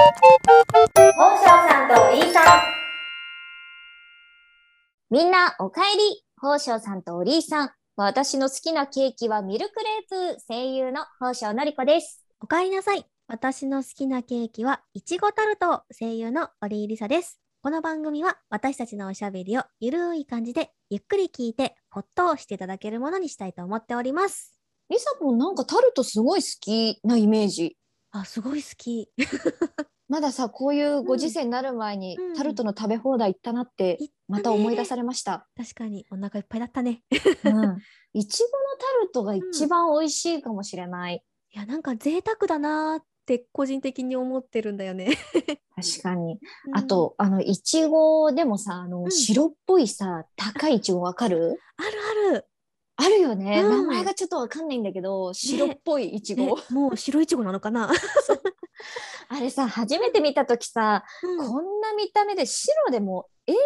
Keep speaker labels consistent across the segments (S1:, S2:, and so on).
S1: 本庄さんとリーさん。
S2: みんなおかえり宝生さんとおりーさん。私の好きなケーキはミルクレープ。声優の宝生のりこです。
S3: おかえりなさい。私の好きなケーキは、いちごタルト、声優の折井りさです。この番組は、私たちのおしゃべりをゆるい感じで、ゆっくり聞いて、ほっとしていただけるものにしたいと思っております。
S2: りさもなんかタルトすごい好きなイメージ。
S3: あ、すごい好き。
S2: まださ、こういうご時世になる前に、
S3: うん
S2: タルトの食べ放題行ったなって、
S3: 行ったね
S2: また思い出されました。
S3: 確かに、お腹いっぱいだったね。
S2: うん いちごのタルトが一番美味しいかもしれない。
S3: いや、なんか贅沢だなーって、個人的に思ってるんだよね。
S2: 確かに。
S3: うん
S2: あ、と、あの、いちごでもさ、あの、
S3: ん
S2: 白っぽいさ、高いいちごわかる
S3: あるある。
S2: あるよね、
S3: うん
S2: 名前がちょっとわかんないんだけど、白っぽいいち
S3: え
S2: ご。
S3: もう白いちごなのかな、
S2: あれさ、初めて見たときさ、
S3: うん
S2: こんな見た目で白でも栄養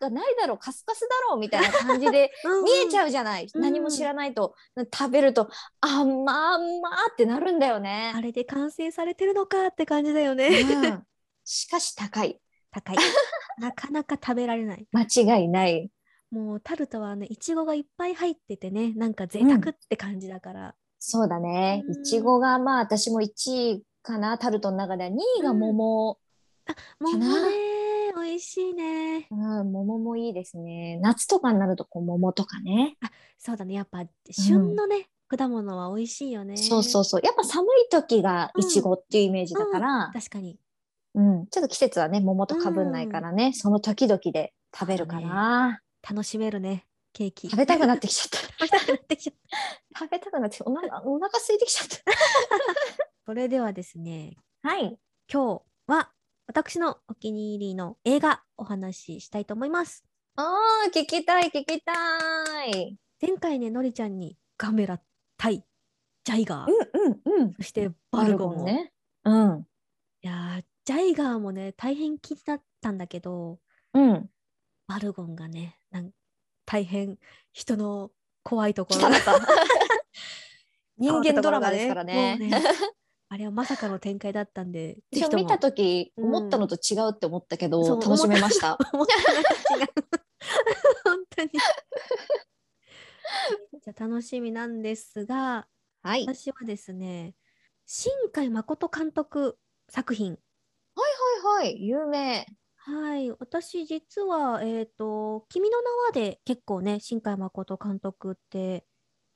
S2: なんかないだろう、カスカスだろうみたいな感じで見えち
S3: ゃ
S2: ゃうじゃない。
S3: うん
S2: 何も知らないと。食べると、あんまあんまってなるんだよね
S3: あ。れで完成されてるのかって感じだよね。
S2: うんしかし高い。
S3: 高い。なかなか食べられない。
S2: 間違いない。
S3: もうタルトはねいちごがいっぱい入っててねなんか贅沢って感じだから、
S2: そうだね。
S3: うん
S2: いちごがまあ私も1位かな、タルトの中では。2位が桃。
S3: もう
S2: かな
S3: ね美味しいね
S2: うん、桃もいいですね。夏とかになるとこう桃とかね。
S3: そうだねやっぱ旬のね、果物は美味しいよね
S2: そうそうそう。やっぱ寒い時がいちごっていうイメージだから、
S3: 確かに
S2: うん、ちょっと季節はね、桃とかぶんないからね、その時々で食べるかな。
S3: 楽しめるねケーキ
S2: 食べたくなっててきちゃっ
S3: 食べたくなってきちゃった
S2: た。 食べたくなって、お腹、お腹空いてきちゃっ
S3: それではですね
S2: た。はい。
S3: 今日は私のお気に入りの映画お話ししたいと思います
S2: ああ、聞きたい、聞きたい。
S3: 前回ねのりちゃんにガメラ対ジャイガー、
S2: うん、うん、うん。
S3: そしてバ
S2: バ
S3: ル
S2: ル
S3: ゴ
S2: ゴ
S3: ン
S2: ン
S3: も
S2: ね。うん。
S3: いやージャイガーもね大変気になったんだけど
S2: うん。
S3: バルゴンがねなん大変人の怖いところ
S2: 汚かった。 人間ドラマですからね。
S3: もうねあれはまさかの展開だったん で
S2: 私も
S3: ぜひとも
S2: 見た時、
S3: うん
S2: 思ったのと違うって思ったけど、
S3: そう
S2: 楽しめま した。
S3: 思ったのと違う 本当にじゃあ楽しみなんですが
S2: はい。はい
S3: 私はですね新海誠監督作品
S2: はいはい。有名。
S3: はい、私実は、えっと、君の名はで結構ね、新海誠監督って、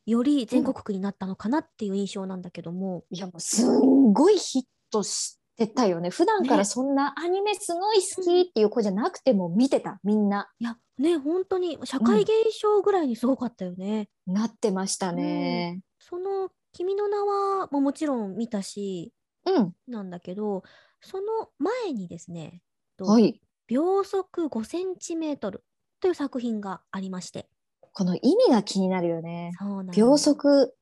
S3: より全国区になったのかなっていう印象なんだけども、
S2: いやもうすんごいヒットしてたよね普段から
S3: ね
S2: そんなアニメすごい好きっていう子じゃなくても見てたみんない
S3: や、ね、本当に社会現象ぐらいにすごかったよね。
S2: なってましたね。
S3: その、君の名はももちろん見たし、
S2: うん、
S3: なんだけど、その前にですね、と
S2: はい
S3: 秒速5センチメートルという作品がありまして、
S2: この意味が気になるよね。
S3: そうなの
S2: 秒速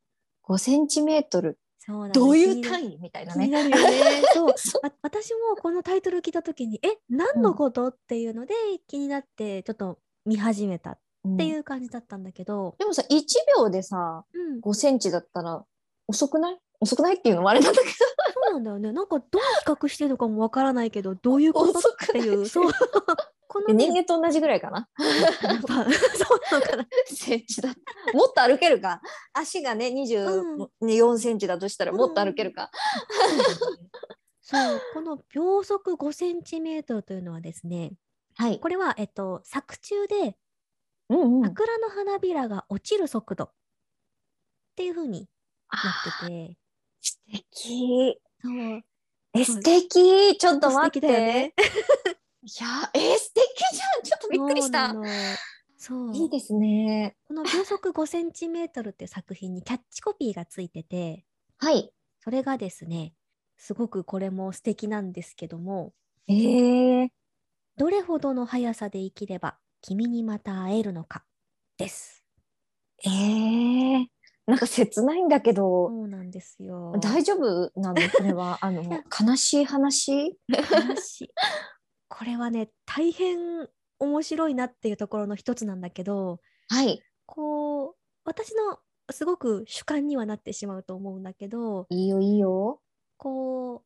S2: 5センチメートル
S3: そうなの
S2: どうい
S3: 気
S2: う
S3: にな
S2: 単位みたいな
S3: 気に
S2: ね。
S3: なるよね。そう
S2: そ
S3: わ私もこのタイトル聞いた時にえ何のことっていうので気になってちょっと見始めたっ
S2: うん
S3: て
S2: で
S3: いう感じだったんだけど、
S2: もさ1秒でさ
S3: うん
S2: 5センチだったら遅くない遅くないっていうのもあれなんだけ
S3: そうなんだよねなんかどう比較してるのかもわからないけどどういうことっ
S2: 遅くない
S3: ていうそうこの
S2: ど人
S3: ね
S2: 間と同じぐらいか な。
S3: やっ ぱそうなのかな
S2: センチだったもっと歩けるか足がね24センチだとしたらもっと歩けるか。
S3: そうこの秒速5センチメートルというのはですね
S2: はい。
S3: これは、えっと、作中で
S2: うんうん。
S3: 桜の花びらが落ちる速度っていうふうになってて。
S2: 素敵。
S3: そう
S2: え、素敵。ちょっと待って。
S3: 素敵だよね
S2: いや、え、素敵じゃん。ちょっとびっくりし
S3: そう
S2: た。
S3: なの。そう。
S2: いいですね。
S3: この秒速5センチメートルって作品にキャッチコピーがついてて、
S2: はい。
S3: それがですね、すごくこれも素敵なんですけども、
S2: えー、
S3: どれほどの速さで生きれば君にまた会えるのかです。
S2: えー、なんか切ないんだけ
S3: そ
S2: ど、
S3: うなんですよ。
S2: 大丈夫なのこれ は。あの、悲しい話
S3: 悲しいこれはね、大変面白いなっていうところの一つなんだけど、
S2: はい。
S3: こう、私のすごく主観にはなってしまうと思うんだけど、
S2: いいよ、いいよ。
S3: こう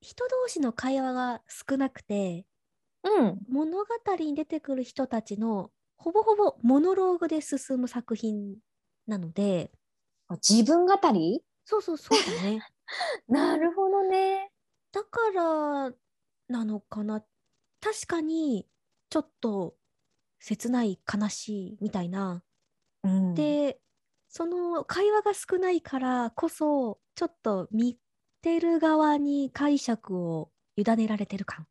S3: 人同士の会話が少なくて
S2: うん。
S3: 物語に出てくる人たちのほぼほぼモノローグで進む作品なので
S2: あ自分語り
S3: そうそうそうだね
S2: なるほどね。
S3: だからなのかな確かにちょっと切ない悲しいみたいな
S2: うん、
S3: でその会話が少ないからこそちょっと見てる側に解釈を委ねられてる感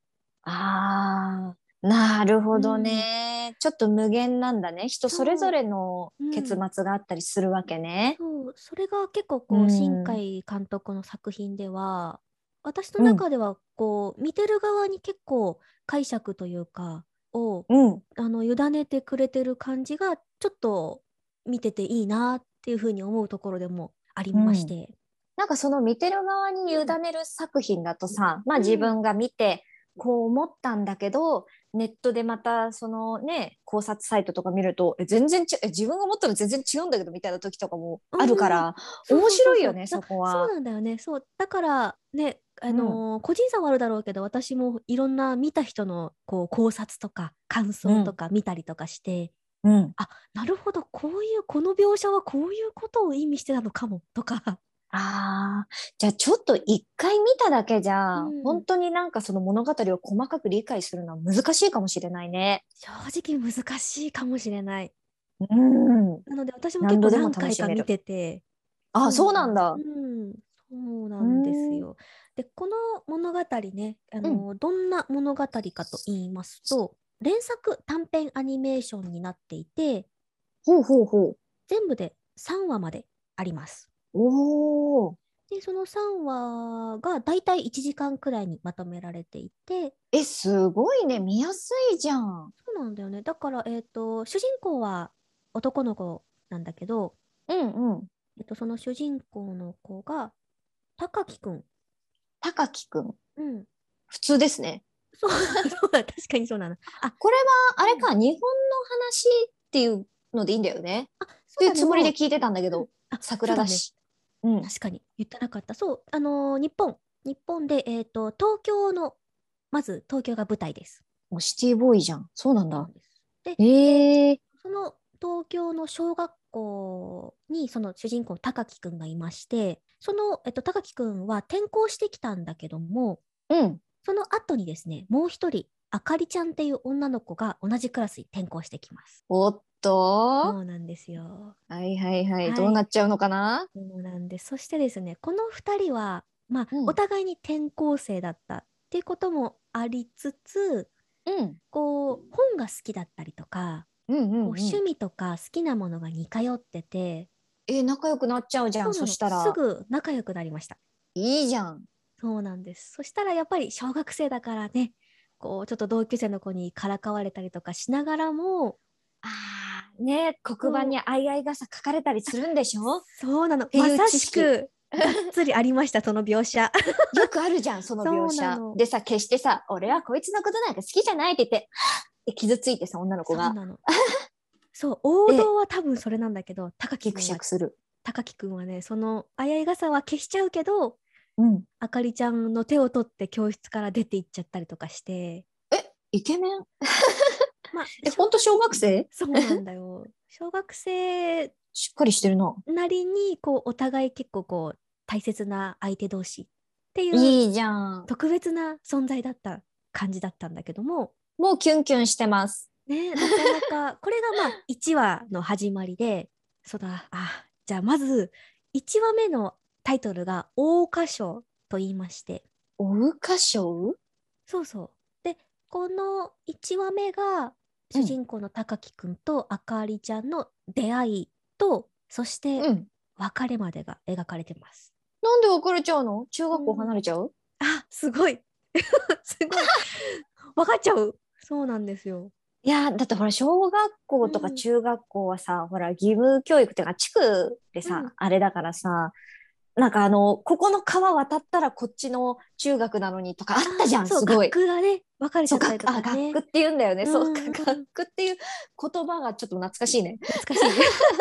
S2: ああ、なるほどね、ちょっと無限なんだね。人
S3: そう
S2: それぞれの
S3: うん
S2: 結末があったりするわけね。
S3: そうそれが結構こ
S2: うん
S3: う新海監督の作品では、私の中ではこう見てる側に結構解釈というかを
S2: うん。
S3: あの委ねてくれてる感じがちょっと見てていいなっていうふうに思うところでもありまして、
S2: なんかその見てる側に委ねる作品だとさ、まあ
S3: うん
S2: 自分が見てこう思ったんだけど、ネットでまたそのね考察サイトとか見るとえ全然ちえ自分が思ったの全然違うんだけどみたいな時とかもあるから、
S3: そうそう
S2: 面
S3: そうそう
S2: 白いよねそ
S3: だ
S2: こは
S3: そうなんだよねそうだからねあのー個人差はあるだろうけど私もいろんな見た人のこう考察とか感想とか見たりとかして、
S2: うん、
S3: なるほどこういうこの描写はこういうことを意味してたのかもとか
S2: あーじゃあちょっと一回見ただけじゃ、
S3: うん
S2: 本当になんかその物語を細かく理解するのは難しいかもしれないね。
S3: 正直難しいかもしれない
S2: うん、
S3: なので私も結
S2: 何度
S3: 構
S2: でも
S3: 何回
S2: 楽し
S3: か
S2: める
S3: 見てて
S2: あそうなんだ
S3: う。ん、そうなんですよでこの物語ねあの、どんな物語かと言いますと連作短編アニメーションになっていて
S2: ほうほうほう。
S3: 全部で3話まであります
S2: おお。
S3: でその3話がだいたい1時間くらいにまとめられていて
S2: えすごいね見やすいじゃん。
S3: そうなんだよね。だから、えっ、と、主人公は男の子なんだけど、
S2: うんうん。
S3: えっと、その主人公の子が、高木くん。
S2: 高木くん
S3: うん。
S2: 普通ですね。
S3: そう そうだ、確かにそうなの。あ、
S2: これはあれか、日本の話っていうのでいいんだよね。
S3: あ、
S2: って
S3: そう
S2: い
S3: だ
S2: う
S3: ね
S2: つもり
S3: も
S2: で
S3: う
S2: 聞いてたんだけど、
S3: あ
S2: 桜だし。う
S3: そうだね確かに、言ってなかった。そう、あのー日本。日本で、えっ、と、東京の、まず東京が舞台です。
S2: ん。シティボーイじゃん。そうなんだ。
S3: で、
S2: へえ。
S3: その東京の小学校にその主人公の高木くんがいまして、その、えっと、高木くんは転校してきたんだけども、
S2: うん。
S3: その後にですね、もう一人、あかりちゃんっていう女の子が同じクラスに転校してきます。
S2: おっと。
S3: そうなんですよ。
S2: はいはいはい。
S3: はい
S2: どうなっちゃうのかな。
S3: そうなんです。そしてですね、この二人は、まあ、
S2: うん
S3: お互いに転校生だったっていうこともありつつ、
S2: うん。
S3: こう、本が好きだったりとか、
S2: うんうん、
S3: こう趣味とか好きなものが似通ってて、
S2: え仲良くなっちゃうじゃん。
S3: そうな
S2: そ
S3: の
S2: したら
S3: すぐ仲良くなりました。
S2: いいじゃん。
S3: そうなんです。そしたらやっぱり小学生だからね、こうちょっと同級生の子にからかわれたりとかしながらも、
S2: あーね黒板にあいあい傘書かれたりするんでしょ。
S3: そうなの、
S2: てい
S3: ま
S2: う
S3: さ
S2: 知
S3: し
S2: 識
S3: くがっつりありました、その描 写。
S2: よくあるじゃんその描
S3: そう
S2: 写
S3: なの
S2: でさ決してさ「俺はこいつのことなんか好きじゃない」って言って え傷ついてさ女の子
S3: そう
S2: が
S3: なの。 そう、王道は多分それなんだけど、高木
S2: ギ
S3: く
S2: ク
S3: ん
S2: シャ
S3: は
S2: クする。
S3: 高木くんはね、そのあやい傘は消しちゃうけど、
S2: うん、
S3: あかりちゃんの手を取って教室から出て行っちゃったりとかして、
S2: イケメン
S3: まあ、
S2: えほんと小学生
S3: そうなんだよ。 小学生
S2: しっかりしてるな。
S3: なりにこうお互い結構こう大切な相手同士っていう
S2: いいじゃん。
S3: 特別な存在だった感じだったんだけども、
S2: もうキュンキュンしてます。
S3: ね、なかなかこれがまあ1話の始まりでそうだあじゃあまず1話目のタイトルが「桜花賞」と言いまして
S2: おうかしょう
S3: そうそうでこの1話目が
S2: うん
S3: 主人公の高木くんとあかりちゃんの出会いとそして
S2: うん。
S3: 別れまでが描かれてます。
S2: なんで別れちゃうの中学校離れちゃう、
S3: あ、すごい。 す ごい。分かっちゃう。そうなんですよ。
S2: いやだってほら小学校とか
S3: うん
S2: 中学校はさ、ほら義務教育っていうか地区でさ、
S3: うん
S2: あれだからさなんかあのここの川渡ったらこっちの中学なのにとかあったじゃん
S3: そう
S2: すごい。
S3: 学がね、分かれち
S2: そ
S3: ゃ
S2: う
S3: ったり
S2: 学
S3: と
S2: あ
S3: かね。
S2: 学区って言うんだよね、
S3: う
S2: そ
S3: ん
S2: う
S3: うんうん
S2: 学区っていう言葉がちょっと懐かしいね。
S3: 懐かしいね。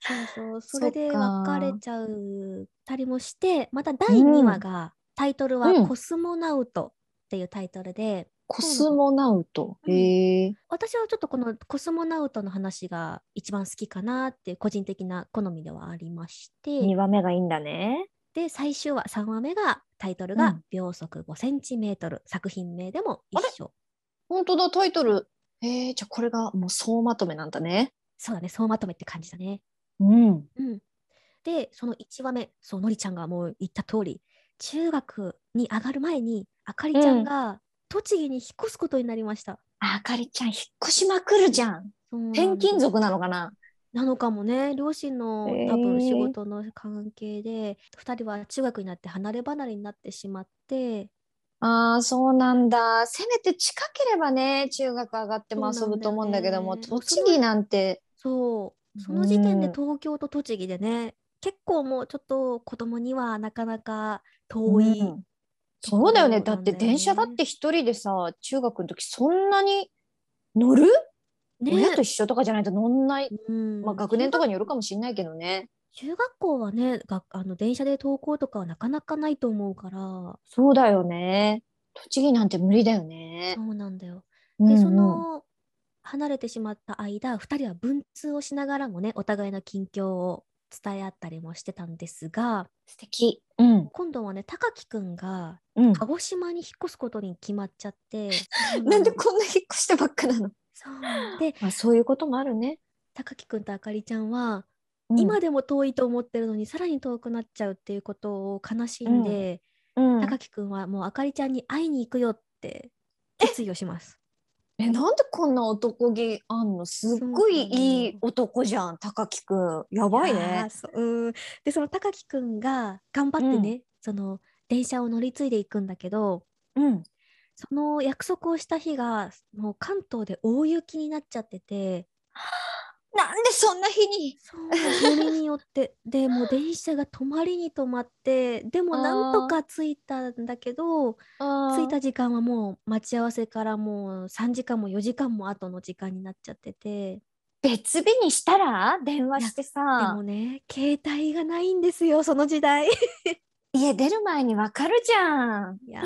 S3: そうそう。それで
S2: そっか
S3: 別れちゃうたりもして、また第2話がタイトルは
S2: うん
S3: コスモナウトっていうタイトルで、
S2: コスモナウト。
S3: うん
S2: へえ。
S3: 私はちょっとこのコスモナウトの話が一番好きかなっていう個人的な好みではありまして、
S2: 二話目がいいんだね。
S3: で最終話3話目がタイト
S2: う
S3: ルが
S2: ん
S3: 秒速5センチメートル、作品名でも
S2: あれ
S3: 一緒
S2: 本当だ、タイトル。えー、じゃあこれがもう総まとめなんだね。
S3: そうだね総まとめって感じだね
S2: うん。
S3: うん、でその1話目そうのりちゃんがもう言った通り中学に上がる前にあかりちゃ
S2: うん
S3: んが栃木に引っ越すことになりました。
S2: あかりちゃん、引っ越しまくるじゃん。
S3: そうなんです
S2: 転勤族なのかな
S3: なのかもね両親の
S2: へー
S3: 多分仕事の関係で、二2人は中学になって離れ離れになってしまって
S2: ああ、そうなんだ。せめて近ければね、中学上がっても遊ぶと思うんだけども、
S3: そうなんだよね
S2: 栃木なんて、
S3: そうその時点で
S2: うん
S3: 東京と栃木でね結構もうちょっと子供にはなかなか遠い、
S2: うんそうだよね。だ
S3: とこ
S2: っ
S3: ろなん
S2: て
S3: よね
S2: 電車だって一人でさ、中学の時そんなに乗る親と一緒とかじゃないと乗んない。
S3: うん
S2: まあ学年とかによるかもしんないけどね。
S3: 中学校はねがあの電車で登校とかはなかなかないと思うからそ
S2: そうだよね。栃木なんて無理だよね。
S3: うなんだよ。
S2: うんう
S3: で
S2: ん
S3: その離れてしまった間2人は文通をしながらもねお互いの近況を伝え合ったりもしてたんですが
S2: 素敵。うん。
S3: 今度はね高木くんが
S2: うん。
S3: 鹿児島に引っ越すことに決まっちゃってそ う
S2: なんで
S3: の
S2: こんな引っ越してばっかなの
S3: そうなので
S2: まあそういうこともあるね。
S3: 高木くんとあかりちゃんは
S2: うん
S3: 今でも遠いと思ってるのにさらに遠くなっちゃうっていうことを悲しんで。
S2: うん
S3: 高木くんはもうあかりちゃんに会いに行くよって決意をします。
S2: え、なんでこんな男気あんのすっごいいい男じゃん、高木くん。やばい
S3: あ
S2: ね
S3: ー。そううんでその高木くんが頑張ってね、その電車を乗り継いでいくんだけど
S2: うん。
S3: その約束をした日がもう関東で大雪になっちゃってて
S2: なんでそんな日に
S3: そうよりによってでもう電車が止まりに止まってでもなんとか着いたんだけど
S2: 着
S3: 着いた時間はもう待ち合わせからもう3時間も4時間も後の時間になっちゃってて。
S2: 別日にしたら電話して
S3: で
S2: さ
S3: もね、携帯がないんですよ、その時 代。い
S2: 家出る前にわかるじゃん
S3: や、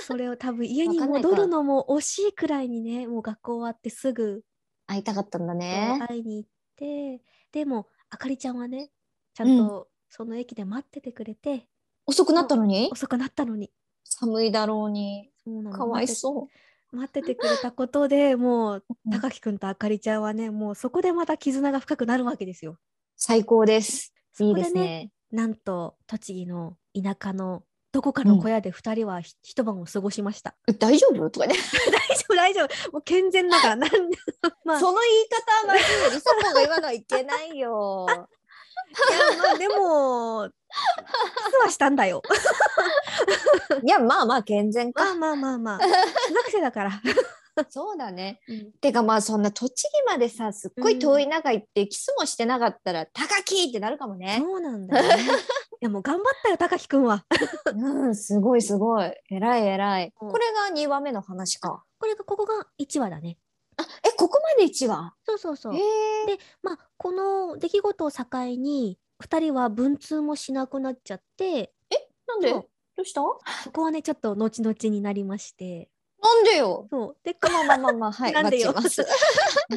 S3: そそれを多分家に
S2: わかんないか
S3: 戻るのも惜しいくらいにね、もう学校終わってすぐ
S2: 会いたかったんだね
S3: 会いに行って、でも、あかりちゃんはね、ちゃんとその駅で待っててくれて、
S2: 遅くなったのに
S3: 遅くなったのに。
S2: 寒いだろうに
S3: そうなの
S2: かわいそう
S3: 待って待っててくれたことでもう、
S2: うん
S3: 高木くんとあかりちゃんはね、もうそこでまた絆が深くなるわけですよ。
S2: 最高です
S3: そ
S2: いい
S3: こで
S2: ですね
S3: なんと栃木の田舎のどこかの小屋で2人はひ一晩を過ごしました。
S2: え大丈夫とかね
S3: 大丈夫大丈夫もう健全 だからなんまあい
S2: その言い方はまずいよりそこが今のはいけない よ
S3: やまあでもキスはしたんだよ
S2: いやまあまあ健全
S3: まあ
S2: か
S3: まあまあ まあ中学生だから、
S2: そうだね
S3: うん
S2: てかまあそんな栃木までさすっごい遠い中行ってキスもしてなかったら高木ってなるかもね
S3: そうなんだ よねいやもう頑張ったよ高木くんは
S2: うんすごいすごい偉い偉い
S3: うん
S2: これが2話目の話か
S3: これがここが1話だね
S2: えここまで1話
S3: そうそうそう、
S2: ええ
S3: でまあこの出来事を境に2人は文通もしなくなっちゃって
S2: なんで
S3: そ
S2: ど
S3: う
S2: うした
S3: そこはねちょっと後々になりまして
S2: なんでよ
S3: そうで
S2: まあまあまあまあ、はい、
S3: なんでよ
S2: バッチリ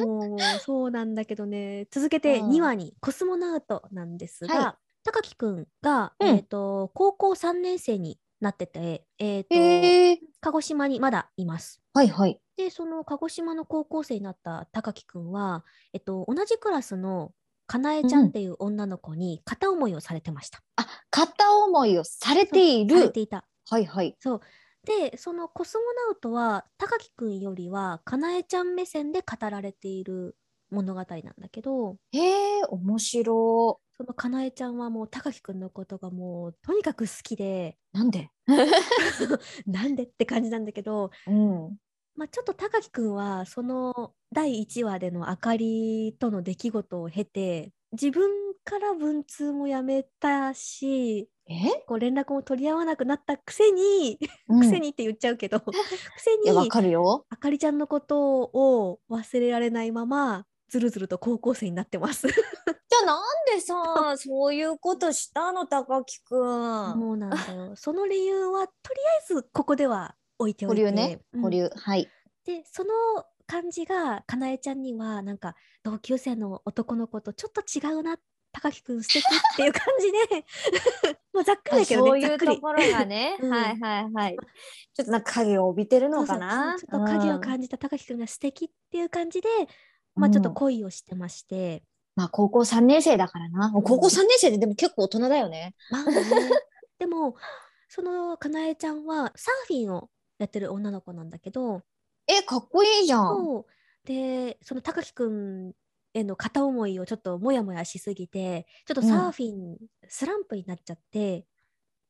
S2: ます
S3: もうそうなんだけどね続けて
S2: うん
S3: 2話に「コスモナウト」なんですが、
S2: は
S3: 高木くんが、
S2: うん
S3: えー、と高校3年生になってて、えーと
S2: へえ
S3: 鹿児島にまだいます。
S2: はいはい。
S3: でその鹿児島の高校生になった高木くんは、えっと、同じクラスのかなえちゃ
S2: うん
S3: んっていう女の子に片思いをされてました。
S2: あ、片思いをされてい
S3: され
S2: る
S3: て。いた。
S2: はいはい。
S3: でその「コスモナウト」は高木くんよりはかなえちゃん目線で語られている物語なんだけど。
S2: へえ、面白
S3: そのかなえちゃんはもう高木くんのことがもうとにかく好きで
S2: い。なんで。
S3: なんでって感じなんだけど、
S2: うん。
S3: まあ、ちょっと高木くんはその第1話でのあかりとの出来事を経て自分から文通もやめたし
S2: え。
S3: こう連絡も取り合わなくなったくせに、
S2: うん
S3: くせにって言っちゃ うけどくせ
S2: いや、わ
S3: に
S2: かるよ。
S3: あかりちゃんのことを忘れられないままずるずると高校生になってます。
S2: じゃあなんでさそういうことしたの高木くん。
S3: もうなんだよ。その理由はとりあえずここでは置いてお
S2: 保
S3: いて。
S2: 留ね
S3: うん
S2: 保留、はい。
S3: でその感じがかなえちゃんにはなんか同級生の男の子とちょっと違うな高木くん素敵っていう感じで まあざっくりだけど
S2: そう
S3: ねざ
S2: い
S3: っ
S2: う
S3: く
S2: と
S3: り、
S2: ころがね
S3: うん
S2: はいはいはい。ちょっとなんか影を帯びてるのかな。
S3: そうそうそうちょっと影を
S2: うん
S3: 感じた高木くんが素敵っていう感じで、まあちょっと恋をしてまして、
S2: まあ高校3年生だからな。高校3年生ででも結構大人だよね。
S3: まあねでもそのかなえちゃんはサーフィンをやってる女の子なんだけど、
S2: え、かっこいいじゃん。
S3: そうでその高木くんへの片思いをちょっともやもやしすぎてちょっとサーフィン、スランプになっちゃって、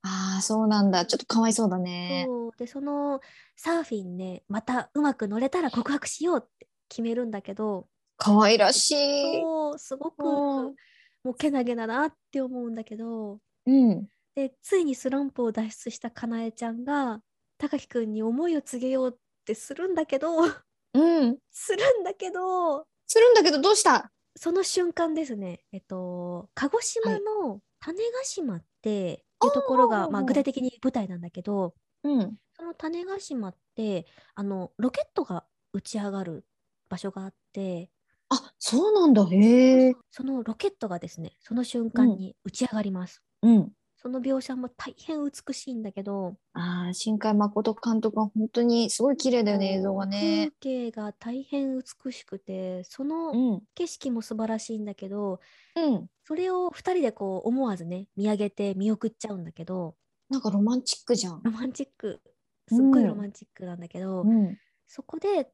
S2: ああ、そうなんだ。ちょっとかわいそうだね。
S3: そうでそのサーフィンねまたうまく乗れたら告白しようって決めるんだけど
S2: かわいらしい。
S3: そうすごく
S2: うん
S3: もうけなげだなって思うんだけど
S2: うん。
S3: でついにスランプを脱出したかなえちゃんが高木くんに思いを告げようってするんだけど
S2: うん。
S3: するんだけど
S2: するんだけどどうした
S3: その瞬間ですね、えっと、鹿児島の種子島っていうところが、
S2: おー
S3: まあ、具体的に舞台なんだけど
S2: うん。
S3: その種子島ってあのロケットが打ち上がる場所があって
S2: あ、そうなんだ。へえ。
S3: そのロケットがですねその瞬間に打ち上がります。
S2: うん。
S3: その描写も大変美しいんだけど、
S2: ああ、新海誠監督は本当にすごい綺麗だよね、映像がね。
S3: 風景が大変美しくてその
S2: ん。
S3: 景色も素晴らしいんだけど
S2: うん。
S3: それを2人でこう思わずね見上げて見送っちゃうんだけど、
S2: なんかロマンチックじゃん。
S3: ロマンチックすっごい
S2: うん
S3: ロマンチックなんだけど、
S2: ん。
S3: そこで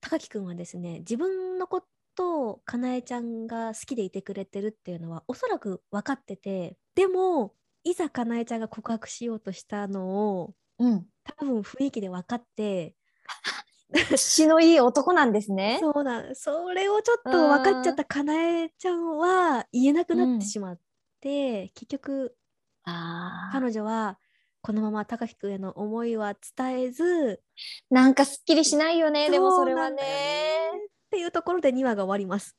S3: 高木くんはですね自分のことをかなえちゃんが好きでいてくれてるっていうのはおそらく分かっててでもいざかなえちゃんが告白しようとしたのを
S2: うん。
S3: 多分雰囲気で分かって
S2: 血のいい男なんですね。
S3: そうなんそれをちょっと分かっちゃったかなえちゃんは言えなくなってしまって、結局
S2: ああ。
S3: 彼女はこのまま高木くんへの思いは伝えず
S2: なんかすっきりしないよね、でもそれは
S3: うなん
S2: ね
S3: だよ。っていうところで2話が終わります。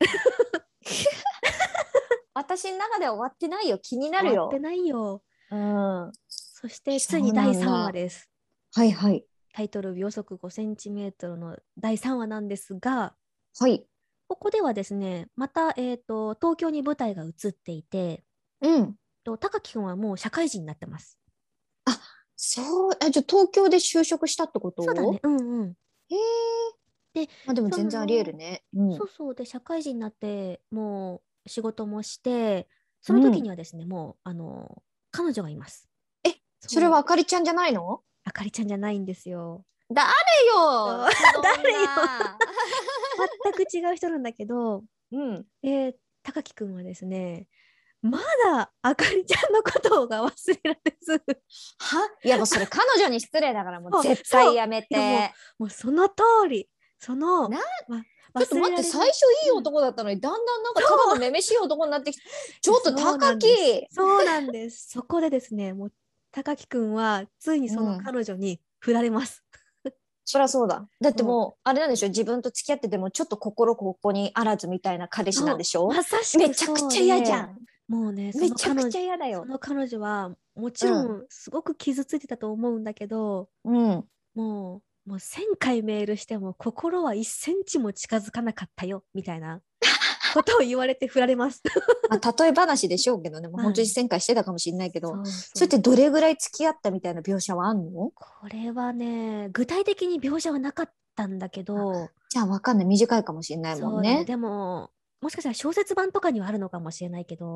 S2: 私の中では終わってないよ。気にな
S3: 終
S2: る
S3: わっ
S2: よ
S3: て。ないよ。
S2: うん。は
S3: そしてつ
S2: そ
S3: いうに
S2: なん
S3: 第
S2: だ
S3: 3話です。
S2: いはい。
S3: タイトル秒速5センチメートルの第3話なんですが、
S2: はい。
S3: ここではですね、またえっ、と東京に舞台が移っていて、
S2: うん。
S3: と高木くんはもう社会人になってます。
S2: そう、あ、じゃあ東京で就職したってこと
S3: そうだね。。うんうん。
S2: へえ。
S3: で、
S2: まあでも全然あり得るね。うん
S3: そうそうで社会人になってもう仕事もして、その時にはですね、もうあの彼女がいます。
S2: え
S3: う
S2: それはあかりちゃんじゃないの
S3: あかりちゃんじゃないんですよ。
S2: 誰 よ
S3: 誰よ
S2: よ
S3: 全く違う人なんだけど。
S2: うん。
S3: で高木くんはですねまだあかりちゃんのことが忘れられず
S2: はいやもうそれ彼女に失礼だからも
S3: そう
S2: う絶対やめて。
S3: いや
S2: ち
S3: もうその通りその、
S2: な
S3: ま、
S2: ょっと待って
S3: 忘れられ
S2: 最
S3: ない
S2: 初いい男だったのにだんだんなんかただのめめしい男になってきて ちょっと
S3: そうな
S2: 高
S3: ん
S2: 木
S3: でそうなんですそこでですねもう高木くんはついにそうの
S2: ん
S3: 彼女に振られます、
S2: そりゃそうだだってもうあれなんでしょ自分と付き合っててもちょっと心ここにあらずみたいな彼氏なんでしょ
S3: まさしく
S2: めちゃくちゃ嫌じゃ
S3: そうんでもうねそ
S2: め
S3: の
S2: ちゃ
S3: 彼
S2: くちゃ
S3: 女
S2: 嫌だ
S3: そ
S2: よ
S3: の彼女はもちろんすごく傷ついてたと思うんだけど、
S2: うん
S3: もうもう1,000回メールしても心は1センチも近づかなかったよみた いなことを言われて振られます。
S2: まあ例え話でしょうけどねもう
S3: はい
S2: 本当に旋回してたかもしれないけど
S3: う
S2: それってどれぐらい付き合ったみたいな描写はあんの
S3: これはね具体的に描写はなかったんだけど
S2: じゃあわかんない短いかもしれない
S3: そ
S2: も
S3: うんだね
S2: ね
S3: でももしかしたら小説版とかにはあるのかもしれないけど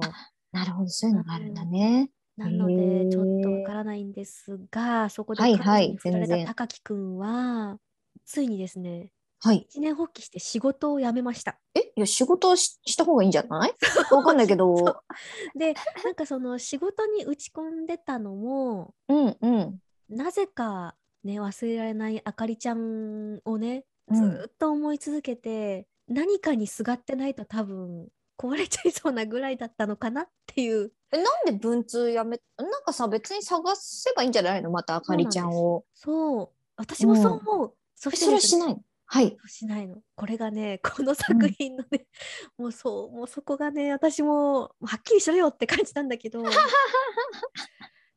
S2: なるほどそういうのがあるんだね
S3: なの
S2: へ
S3: で
S2: ー
S3: ちょっとわからないんですがそこで
S2: はい
S3: 彼
S2: はい
S3: 女に振られ
S2: 全
S3: た
S2: 然
S3: 高木くんはついにですね
S2: はい
S3: 一年放棄して仕事を辞めました。
S2: えいや仕事をしした方がいいんじゃない わかんないけど
S3: そうでなんかその仕事に打ち込んでたのも
S2: うんうん
S3: なぜかね忘れられないあかりちゃんをね
S2: うん
S3: ずーっと思い続けて、何かにすがってないと多分壊れちゃいそうなぐらいだったのかなっていう
S2: えなんで文通やめなんかさ別に探せばいいんじゃないのまたあかりちゃんを
S3: そう私もそう思う、そ
S2: え
S3: して
S2: それは
S3: です
S2: し
S3: ね
S2: ないのはい。
S3: しないのこれがねこの作品のね、もうそうもうそこがね私もはっきりしろよって感じなんだけ ど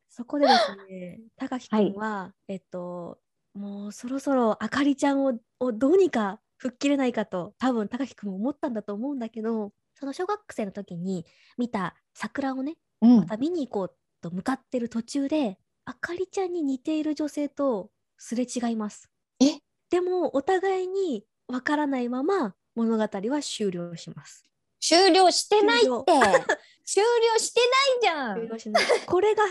S3: そこでですね高木君は、えっともうそろそろあかりちゃんををどうにか吹っ切れないかと多分高木君も思ったんだと思うんだけどその小学生の時に見た桜をね
S2: うん
S3: ま。た見に行こうと向かってる途中であかりちゃんに似ている女性とすれ違います。
S2: え
S3: でもお互いにわからないまま物語は終了します。
S2: 終了してないって。
S3: 終了
S2: 終了してないじゃ
S3: 終
S2: ん。
S3: 了しないこれが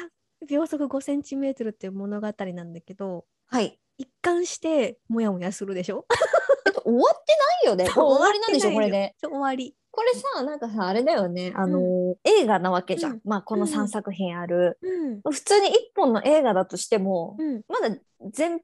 S3: 秒速5センチメートルっていう物語なんだけど
S2: はい。
S3: 一貫してモヤモヤするでしょ
S2: 終わってないよね。
S3: そう
S2: 終わりなんでしょ、これで。
S3: 終わり。
S2: これさ、なんかさ、あれだよね。あの、映画なわけじゃん。
S3: うん
S2: まあ、この3作品ある。
S3: うん
S2: 普通に1本の映画だとしても、
S3: うん、
S2: まだ前、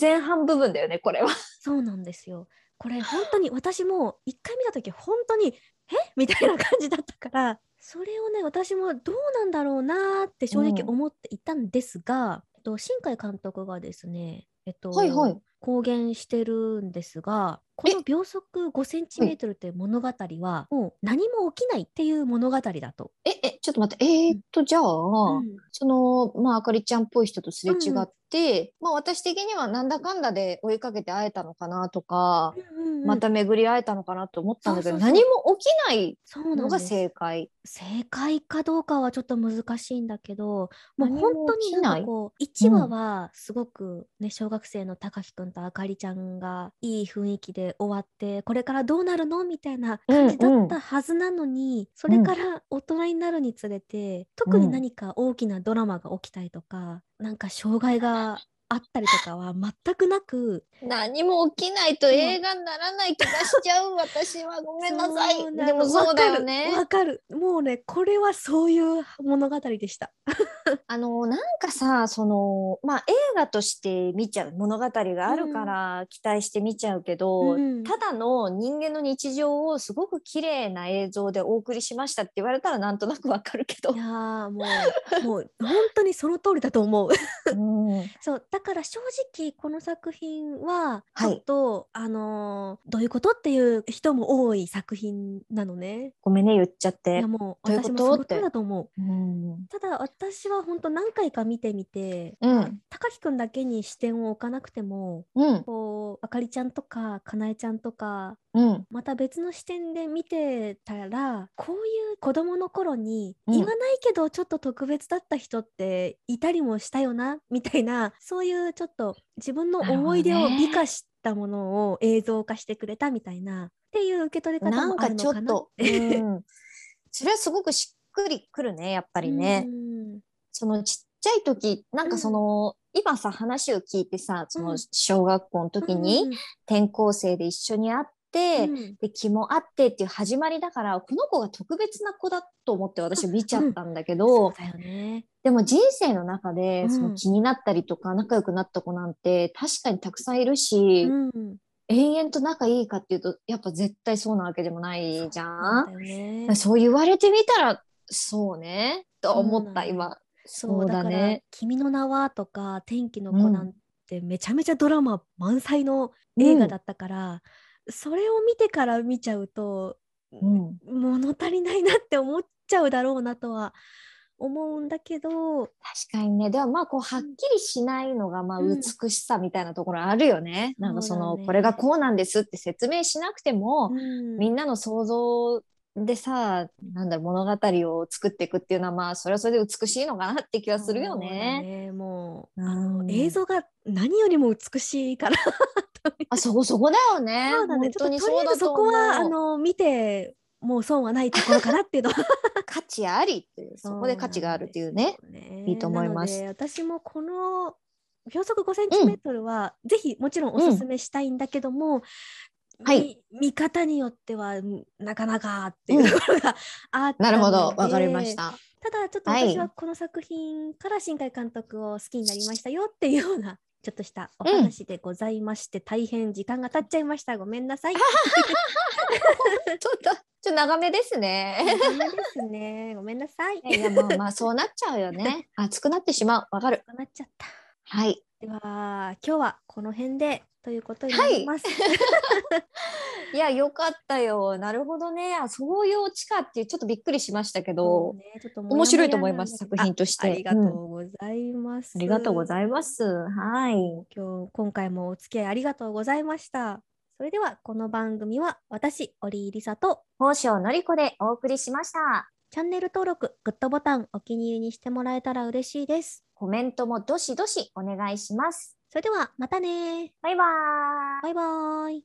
S2: 前半部分だよね、これは。
S3: そうなんですよ。これ本当に私も一回見た時本当に「え みたいな感じだったからそれをね私もどうなんだろうなーって正直
S2: うん
S3: 思っていたんですが、えっと、新海監督がですね、えっと
S2: はいはい
S3: 公言してるんですがこの秒速5センチメートルという物語はもう何も起きないっていう物語だと。
S2: え、え、ちょっと待って。えーっと、じゃあ、
S3: うん
S2: その、まあ、あかりちゃんっぽい人とすれ違って、まあ、私的にはなんだかんだで追いかけて会えたのかなとか、
S3: うんうん
S2: また巡り会えたのかなと思ったんだけど、
S3: そうそうそう
S2: 何も起きない
S3: そうな
S2: の
S3: ん
S2: が
S3: です
S2: 正解。
S3: 正解かどうかはちょっと難しいんだけどもう
S2: 何も
S3: 本当に
S2: 起き
S3: な
S2: なんい
S3: かこう1話はすごくね、小学生の高木くんとあかりちゃんがいい雰囲気で終わってこれからどうなるのみたいな感じだ
S2: うんう
S3: っ
S2: ん
S3: たはずなのに、それから大人になるにつれて、特に何か大きなドラマが起きたりとかなんか障害があったりとかは全くなく
S2: 何も起きないと
S3: うん
S2: 映画にならない気がしちゃう、私は。ごめんなさい。
S3: うなの
S2: でもそうだよね。
S3: わかるわかるもうねこれはそういう物語でした。
S2: あの、なんかさ、その、まあ、映画として見ちゃう物語があるから期待して見ちゃうけど、
S3: うん
S2: ただの人間の日常をすごく綺麗な映像でお送りしましたって言われたらなんとなくわかるけど
S3: いや。 ーもうもう本当にその通りだと思う。
S2: うん
S3: そうだから正直この作品はち
S2: は
S3: ょ
S2: い
S3: っと、あのーどういうことっていう人も多い作品なのね。
S2: ごめんね、言っちゃっ
S3: い
S2: て
S3: や。もう
S2: どういうこ
S3: 私
S2: と
S3: もその
S2: って
S3: 通りだと思う。
S2: うん。
S3: ただ私は本当何回か見てみて
S2: うん。
S3: 高木くんだけに視点を置かなくても
S2: うん。
S3: こうあかりちゃんとかかなえちゃんとか
S2: うん。
S3: また別の視点で見てたらこういう子どもの頃に、
S2: うん
S3: 言わないけどちょっと特別だった人っていたりもしたよなみたいなそういうちょっと自分の思い出
S2: なる
S3: を
S2: ほどね
S3: 美化したものを映像化してくれたみたいなっていう受け取り方
S2: なん
S3: もあ
S2: か
S3: る
S2: ちょ
S3: のか
S2: っ
S3: なっ
S2: と、うん。 それはすごくしっくりくるね、やっぱ
S3: た
S2: りね。そのちっちゃい時、なんかその、今さ、話を聞いてさ、そうの
S3: ん
S2: 小学校の時に、転校生で一緒に会って、で気もあってっていう始まりだからこの子が特別な子だと思って私見ちゃったんだけど、
S3: そうだよね。
S2: でも人生の中で
S3: うん
S2: その気になったりとか仲良くなった子なんて確かにたくさんいるし、
S3: うん
S2: 永遠と仲いいかっていうとやっぱ絶対そうなわけでもないじゃ
S3: そうんだ
S2: そ
S3: よ
S2: う,、
S3: ね
S2: 言われてみたらそうねと思った、
S3: そうなの
S2: 今そ
S3: そ
S2: うう
S3: だ
S2: だ
S3: から
S2: ね
S3: 「君の名は」とか「天気の
S2: う
S3: 子」
S2: ん
S3: なんてめちゃめちゃドラマ満載の映画だったから、それを見てから見ちゃうと
S2: うん
S3: 物足りないなって思っちゃうだろうなとは思うんだけど
S2: 確かにねでもまあこうはっきりしないのがまあ
S3: うん
S2: 美しさみたいなところあるよね、なんかそ
S3: そう
S2: の
S3: だね
S2: これがこうなんですって説明しなくても、み
S3: み
S2: んなの想像でさ、なんだろう物語を作っていくっていうのは、まあ、それはそれで美しいのかなって気はするよね。
S3: もう
S2: うん
S3: あの映像が何よりも美しいから
S2: あ、そこそこだよね。
S3: そうだ
S2: 本
S3: ねちょ
S2: 当
S3: っと
S2: に
S3: とり
S2: そ
S3: あ
S2: う
S3: え
S2: だ
S3: ず
S2: と
S3: そ
S2: 思う。
S3: こはあの見てもう損はないところかなっていうのは
S2: 価値ありっていう、そこで価値があるっていうね。
S3: そうなんですよね
S2: いいと思います
S3: なので私もこの秒速5センチメートルは、ぜひもちろんおすすめしたいんだけども、
S2: はい
S3: み見方によってはうんなかなかっていうところがあったので、
S2: なるほど、わかりま した。
S3: ただちょっと
S2: はい
S3: 私はこの作品から新海監督を好きになりましたよっていうようなちょっとしたお話でございまして、大変時間が経っちゃいましたごめんな さい。
S2: ちょっと、ちょっと長めですね。
S3: 大変ですねごめん なさい。
S2: いや、まあまあ、そうなっちゃうよね。熱くなってしまう。わかる。
S3: こうなっちゃった。
S2: はい。
S3: では今日はこの辺でということになります。
S2: いやよかったよなるほどねあそういうオチかっていうちょっとびっくりしましたけど、
S3: そうねちょっと
S2: 面白いと思います
S3: モ
S2: 作
S3: ヤモ
S2: 品
S3: ヤなんだ
S2: とし
S3: けどああ
S2: て
S3: りがとうございます。
S2: ありがとうございます。はい。
S3: 今日今回もお付き合いありがとうございました。それではこの番組は私折井梨沙と
S2: 宝生のりこでお送りしました。
S3: チャンネル登録グッドボタンお気に入りにしてもらえたら嬉しいです。
S2: コメントもどしどしお願いします。
S3: それではまたね
S2: バイバーイ。
S3: バイバーイ。